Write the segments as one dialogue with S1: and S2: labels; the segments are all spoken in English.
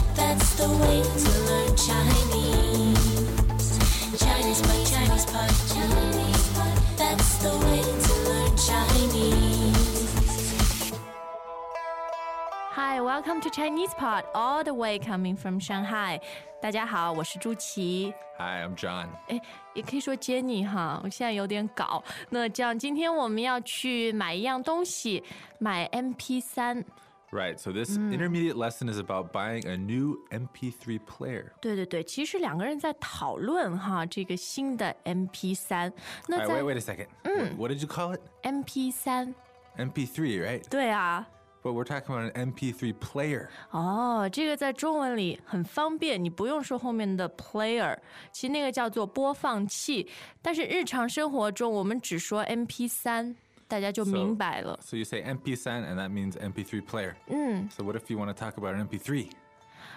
S1: a way to learn Chinese. Chinese pot, Chinese pot, Chinese pot. That's the way to learn Chinese.
S2: Hi, welcome to Chinese Pod, all the way coming from Shanghai。大家好，我是朱琪，
S3: Hi, I'm John.
S2: 哎，也可以说 Jenny 哈。我现在有点搞。那这样，今天我们要去买一样东西，买 MP 三。
S3: Right, so this intermediate lesson is about buying a new MP3 player.
S2: 对对对，其实两个人在讨论哈这个新的 MP 三。那
S3: All right,
S2: 在
S3: wait, wait a second. Wh- What, did you call it?
S2: MP 三，
S3: MP3, right?
S2: 对啊，
S3: But we're talking about an MP3 player.
S2: 哦，这个在中文里很方便，你不用说后面的 player，其实那个叫做播放器。但是日常生活中，我们只说 MP 三，大家就
S3: So-
S2: 明白了。
S3: So you say MP3, and that means MP3 player. So what if you want to talk about an MP3?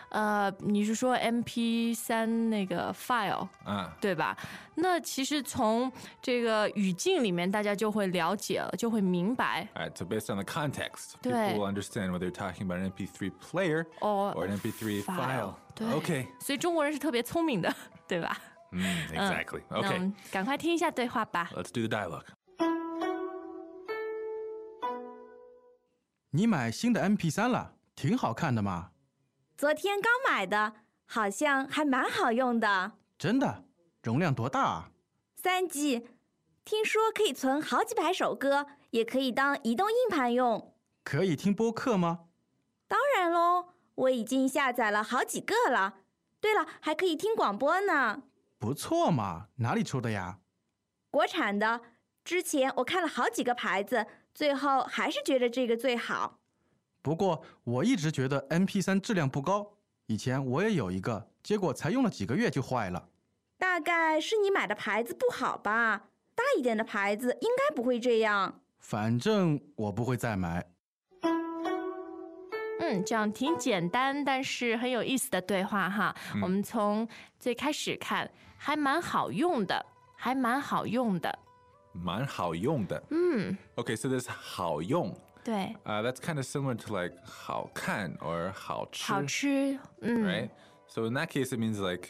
S2: 呃，你是说 MP 三那个 file？
S3: Ah,
S2: 对吧？那其实从这个语境里面，大家就会了解了，就会明白
S3: all right, so based on the context,
S2: Right.
S3: people will understand whether you're talking about an MP3 player
S2: Or
S3: an MP3 file.
S2: 哦对
S3: Okay,
S2: 所以中国人是特别聪明的，对吧？Uh, 嗯
S3: Mm, exactly.
S2: 那我
S3: Okay,
S2: 们赶快听一下对话吧。
S3: let's do the dialogue.
S4: 你买新的 MP 3了，挺好看的嘛，
S5: 昨天刚买的，好像还蛮好用的。
S4: 真的。容量多大啊？
S5: 三 G，听说可以存好几百首歌，也可以当移动硬盘用。
S4: 可以听播客吗？
S5: 当然喽，我已经下载了好几个了。对了，还可以听广播呢，
S4: 不错嘛，哪里出的呀？
S5: 国产的。之前我看了好几个牌子，最后还是觉得这个最好。
S4: 不过我一直觉得 MP 3质量不高，以前我也有一个，结果才用了几个月就坏了。
S5: 大概是你买的牌子不好吧？大一点的牌子应该不会这样。
S4: 反正我不会再买。
S2: 嗯，这样挺简单，但是很有意思的对话哈。我们从最开始看，还蛮好用的，还蛮好用的。
S3: 蛮好用的。
S2: 嗯，
S3: Okay, so this 好用
S2: 对，
S3: Uh, that's kind of similar to like 好看 or 好吃,
S2: 好吃，嗯，
S3: right? So in that case, it means like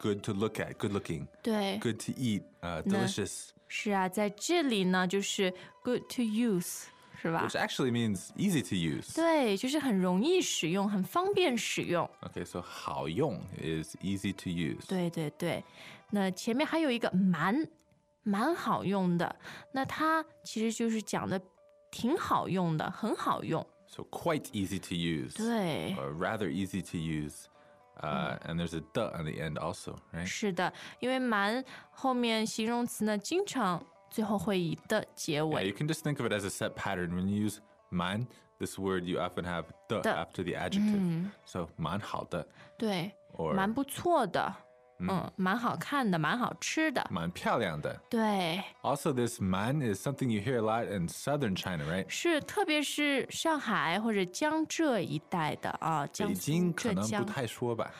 S3: good to look at, good looking,
S2: 对，
S3: good to eat, uh, delicious,
S2: 是啊，在这里呢，就是 good to use，是吧
S3: which？actually means easy to use.
S2: 对，就是很容易使用，很方便使用。
S3: Okay, so 好用 is easy to use.
S2: 对对对，那前面还有一个蛮，蛮好用的，那它其实就是讲的挺好用的，很好用。
S3: So quite easy to use,
S2: 对，
S3: or rather easy to use. Uh, And there's a duh on the end also, right?
S2: 是的，因为蛮后面形容词呢，经常最后会以的结
S3: Yeah,
S2: 尾。
S3: you can just think of it as a set pattern. When you use man, this word, you often have the
S2: The.
S3: after the adjective.
S2: Mm.
S3: So 蛮好的
S2: 嗯对，
S3: or
S2: 蛮不错的，
S3: 嗯
S2: 嗯，蛮好看的，蛮好吃的。
S3: 蛮漂亮的。
S2: 对，
S3: Also, this man is something you hear a lot in southern China, right?
S2: 是特别是上海或者江浙一带的啊，江
S3: 北
S2: 苏
S3: 京、
S2: 浙
S3: 可能不
S2: 江，
S3: 太说吧。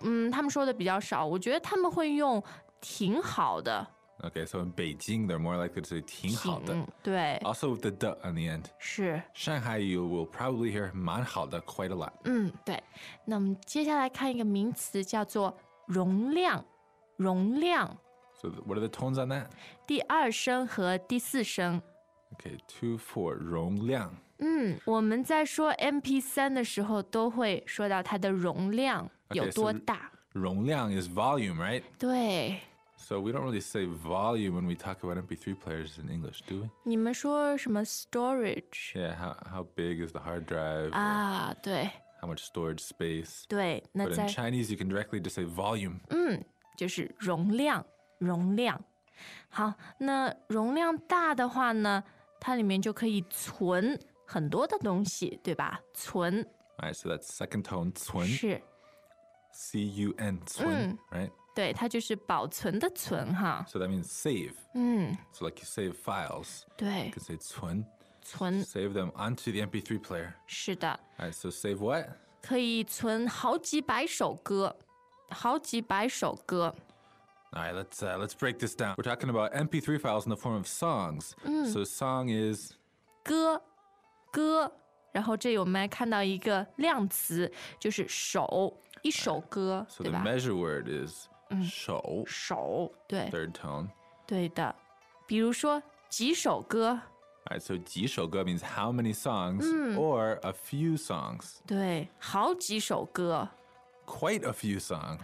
S2: 嗯，他们说的比较少。我觉得他们会用挺好的，
S3: Okay, so in 北京 they're more likely to say 挺好的。哦
S2: 挺对，
S3: Also with the d on the end.
S2: 是，
S3: Shanghai, you will probably hear 蛮好的 quite a lot.
S2: 嗯，对。那么接下来看一个名词叫做容量，容量。
S3: So th- what are the tones on that?
S2: 第二声和第四声。
S3: Okay, two four 容量。
S2: 嗯，我们在说 MP 三的时候，都会说到它的容量
S3: OK，
S2: 有多
S3: 是
S2: 大。
S3: 容量 is volume, right?
S2: 对，
S3: So we don't really say volume when we talk about MP3 players in English, do we?
S2: 你们说什么 storage
S3: Yeah, how, how big is the hard drive? or
S2: 啊？对
S3: How much storage space?
S2: 对，那
S3: But
S2: 在
S3: in Chinese, you can directly just say volume.
S2: 嗯，就是容量，容量。好，那容量大的话呢，它里面就可以存很多的东西，对吧？存
S3: All right, so that's second tone, 存。
S2: 是
S3: C U N
S2: Mm.
S3: 存 right?
S2: 对，它就是保存的存哈。
S3: So that means save.
S2: 嗯，
S3: So like you save files,
S2: 对
S3: you，can say 存,
S2: 存
S3: save them onto the MP3 player.
S2: 是的。
S3: All right, so save what?
S2: 可以存好几百首歌，好几百首歌。
S3: All right, let's uh, let's break this down. We're talking about MP3 files in the form of songs. So song is
S2: 歌，歌。然后这里我们还看到一个量词，就是手，一首歌，
S3: So
S2: 对
S3: the
S2: 吧？
S3: measure word is
S2: 嗯。
S3: 手
S2: 手，对
S3: third tone.
S2: 对的。比如说几首歌，
S3: All right, so 几首歌 means how many songs
S2: Mm.
S3: or a few songs.
S2: 对，好几首歌。
S3: Quite a few songs.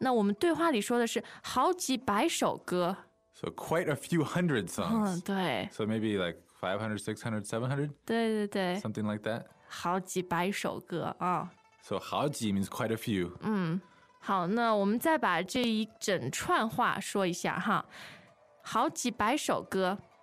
S2: 那我们对话里说的是好几百首歌，
S3: So quite a few hundred
S2: 嗯，
S3: songs.
S2: 对，
S3: So maybe like 500, 600, 700,
S2: 对对对，
S3: something like that.
S2: 好几百首歌啊、
S3: So 好几 means quite a few.
S2: 嗯，好，那我们再把这一整串话说一下哈，好几百首歌，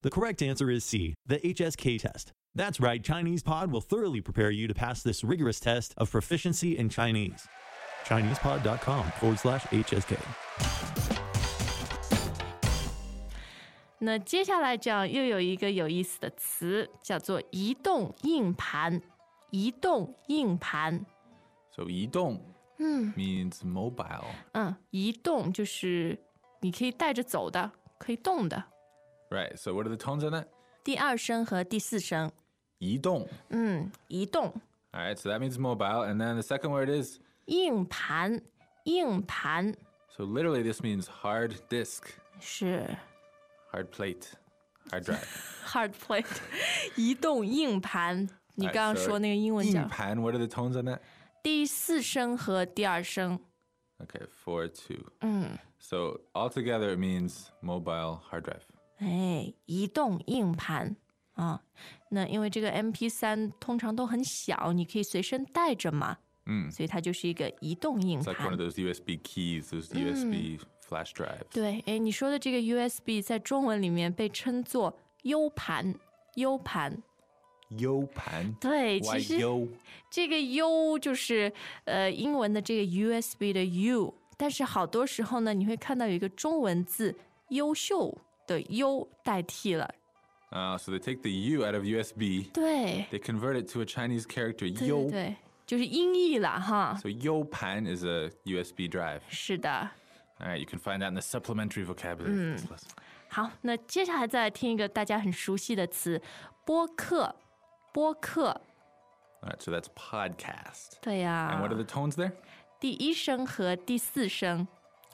S6: The correct answer is C, the HSK test. That's right, Chinese Pod will thoroughly prepare you to pass this rigorous test of proficiency in Chinese. ChinesePod.com forward slash HSK.
S2: 那接下来讲又有一个有意思的词，叫做移动硬盘。移动硬盘，
S3: So 移动 means mobile.
S2: 嗯，移动就是你可以带着走的，可以动的。
S3: Right. So what are the tones on that?
S2: 第二声和第四声，
S3: 移动.
S2: 嗯，移动
S3: All right. So that means mobile. And then the second word is
S2: 硬盘，硬盘
S3: so literally this means hard disk,
S2: 是
S3: hard plate, hard drive.
S2: hard plate，移动硬盘。你
S3: Alright,
S2: 刚刚
S3: so
S2: 说那个英文叫
S3: 硬盘, what are the tones on that?
S2: 第四声和第二声，
S3: Okay, four two.
S2: 嗯，
S3: So altogether it means mobile hard drive.
S2: 哎，移动硬盘啊。那因为这个 MP 三通常都很小，你可以随身带着嘛，
S3: 嗯
S2: 所以它就是一个移动硬
S3: Mm. It's like one
S2: 盘
S3: of。those USB keys, those USB flash drives.
S2: 对，哎，你说的这个 USB 在中文里面被称作 U 盘，U 盘。
S3: Yo pan.
S2: 对，
S3: Why
S2: 其实
S3: yo?
S2: 这个 U 就是呃英文的这个 USB 的 U，但是好多时候呢，你会看到有一个中文字“优秀”的 U 代替了。
S3: Uh, so they take the U out of USB,
S2: 对，
S3: they convert it to a Chinese character
S2: 对对
S3: yo.
S2: 对，就是音译了哈。
S3: So yo pan is a USB drive.
S2: 是的，
S3: All right, you can find that in the supplementary vocabulary
S2: Mm.
S3: of this lesson.
S2: 好，那接下来再来听一个大家很熟悉的词——播客。播客，
S3: All right, so that's podcast.
S2: 对呀、
S3: And what are the tones there?
S2: 第一声和第四声。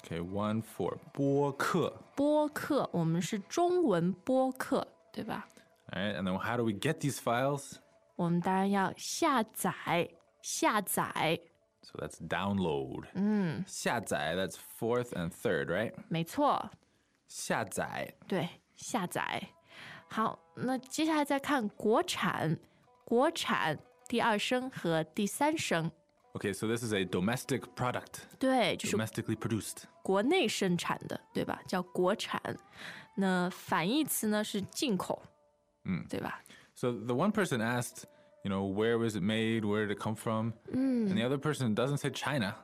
S3: Okay, one four. 播客.
S2: 播客，我们是中文播客，对吧？
S3: All right, and then how do we get these files?
S2: 我们当然要下载，下载。
S3: So that's download.
S2: Mm.
S3: 下载, that's fourth and third, right?
S2: 没错，
S3: 下载.
S2: 对，下载。好，那接下来再看国产，国产第二声和第三声，
S3: Okay, so this is a domestic product,
S2: 对，就是
S3: domestically produced.
S2: 国内生产的，对吧？叫国产。那反义词呢是进口，嗯，对吧？
S3: So the one person asked, you know, where was it made? Where did it come from? And the other person doesn't say China.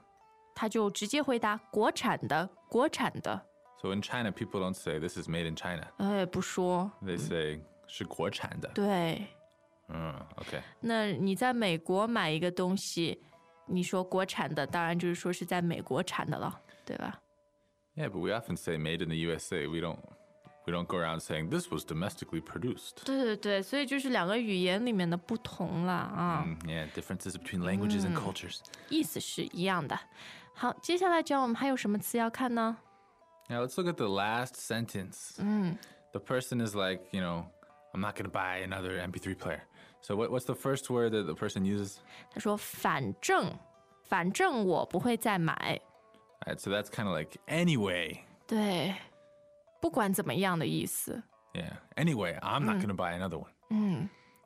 S2: 他就直接回答国产的，国产的，
S3: So in China, people don't say this is made in China.
S2: 哎，不说，
S3: They say 是国产的.
S2: 对。
S3: Mm, okay.
S2: 那你在美国买一个东西，你说国产的，当然就是说是在美国产的了，对吧？
S3: Yeah, but we often say made in the USA. We don't we don't go around saying this was domestically produced.
S2: 对对对，所以就是两个语言里面的不同啦啊，
S3: Mm, yeah, differences between languages and cultures.
S2: 意思是一样的。好，接下来讲我们还有什么词要看呢？
S3: Now let's look at the last sentence. The person is like, you know, I'm not going to buy another MP3 player. So what, what's the first word that the person uses?
S2: 他说：“反正，反正我不会再买。
S3: All right, so that's kind of like anyway. ”
S2: 对，不管怎么样的意思。
S3: Yeah. Anyway, I'm not going to buy another one.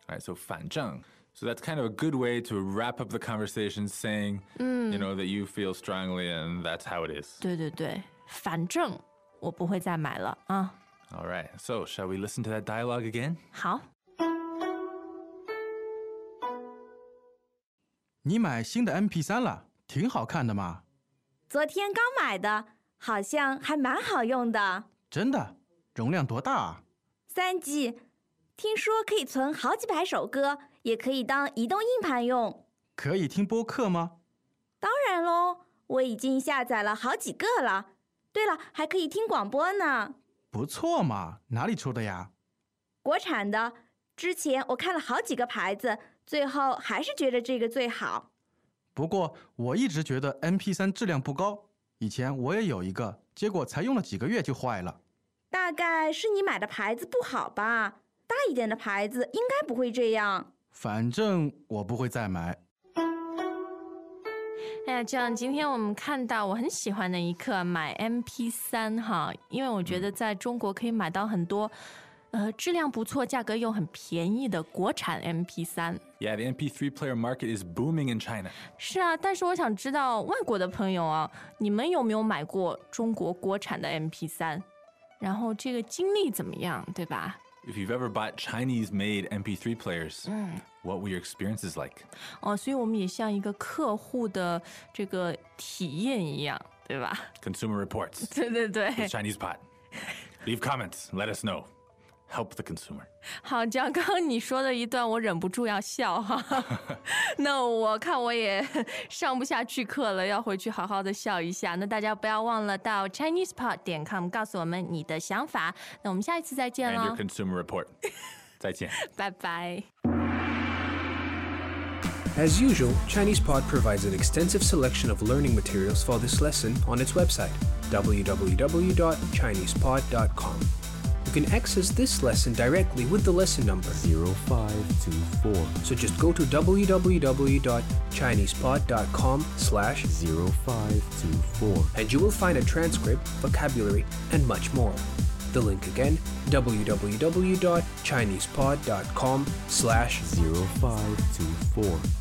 S3: All right, so 反正. So that's kind of a good way to wrap up the conversation saying, you know, that you feel strongly and that's how it is.
S2: 对对对，反正我不会再买了啊。
S3: All right. So, shall we listen to that dialogue again?
S2: 好，
S4: 你买新的 MP 三了，挺好看的嘛。
S5: 昨天刚买的，好像还蛮好用的。
S4: 真的，容量多大啊？
S5: 三 G，听说可以存好几百首歌，也可以当移动硬盘用。
S4: 可以听播客吗？
S5: 当然喽，我已经下载了好几个了。对了，还可以听广播呢，
S4: 不错嘛，哪里出的呀？
S5: 国产的。之前我看了好几个牌子，最后还是觉得这个最好。
S4: 不过我一直觉得 MP3 质量不高，以前我也有一个，结果才用了几个月就坏了。
S5: 大概是你买的牌子不好吧？大一点的牌子应该不会这样。
S4: 反正我不会再买。
S2: 哎呀，这样今天我们看到我很喜欢的一刻买 MP 3哈，因为我觉得在中国可以买到很多，呃，质量不错、价格又很便宜的国产 MP 3
S3: Yeah, the MP3 player market is booming in China.
S2: 是啊，但是我想知道外国的朋友啊，你们有没有买过中国国产的 MP 3然后这个经历怎么样，对吧？
S3: If you've ever bought Chinese made MP3 players, what were your experiences like?
S2: 哦，所以我们也像一个客户的这个体验一样，对吧？
S3: Consumer Reports,
S2: 对对对，
S3: the Chinese pot. Leave comments, let us know. Help the consumer.
S2: 好，这样刚刚你说的一段，我忍不住要笑哈。 那我看我也 上不下去课了，要回去好好的笑一下。那大家不要忘了到 ChinesePod 点 com 告诉我们你的想法。那我们下一次再见
S3: And
S2: 喽
S3: your，consumer report. 再见.
S2: 拜拜。
S7: As usual, ChinesePod provides an extensive selection of learning materials for this lesson on its website, www.chinesepod.com. You can access this lesson directly with the lesson number,
S8: 0524
S7: so just go to www.chinesepod.com slash
S8: 0524
S7: and you will find a transcript, vocabulary, and much more. The link again, www.chinesepod.com slash
S8: 0524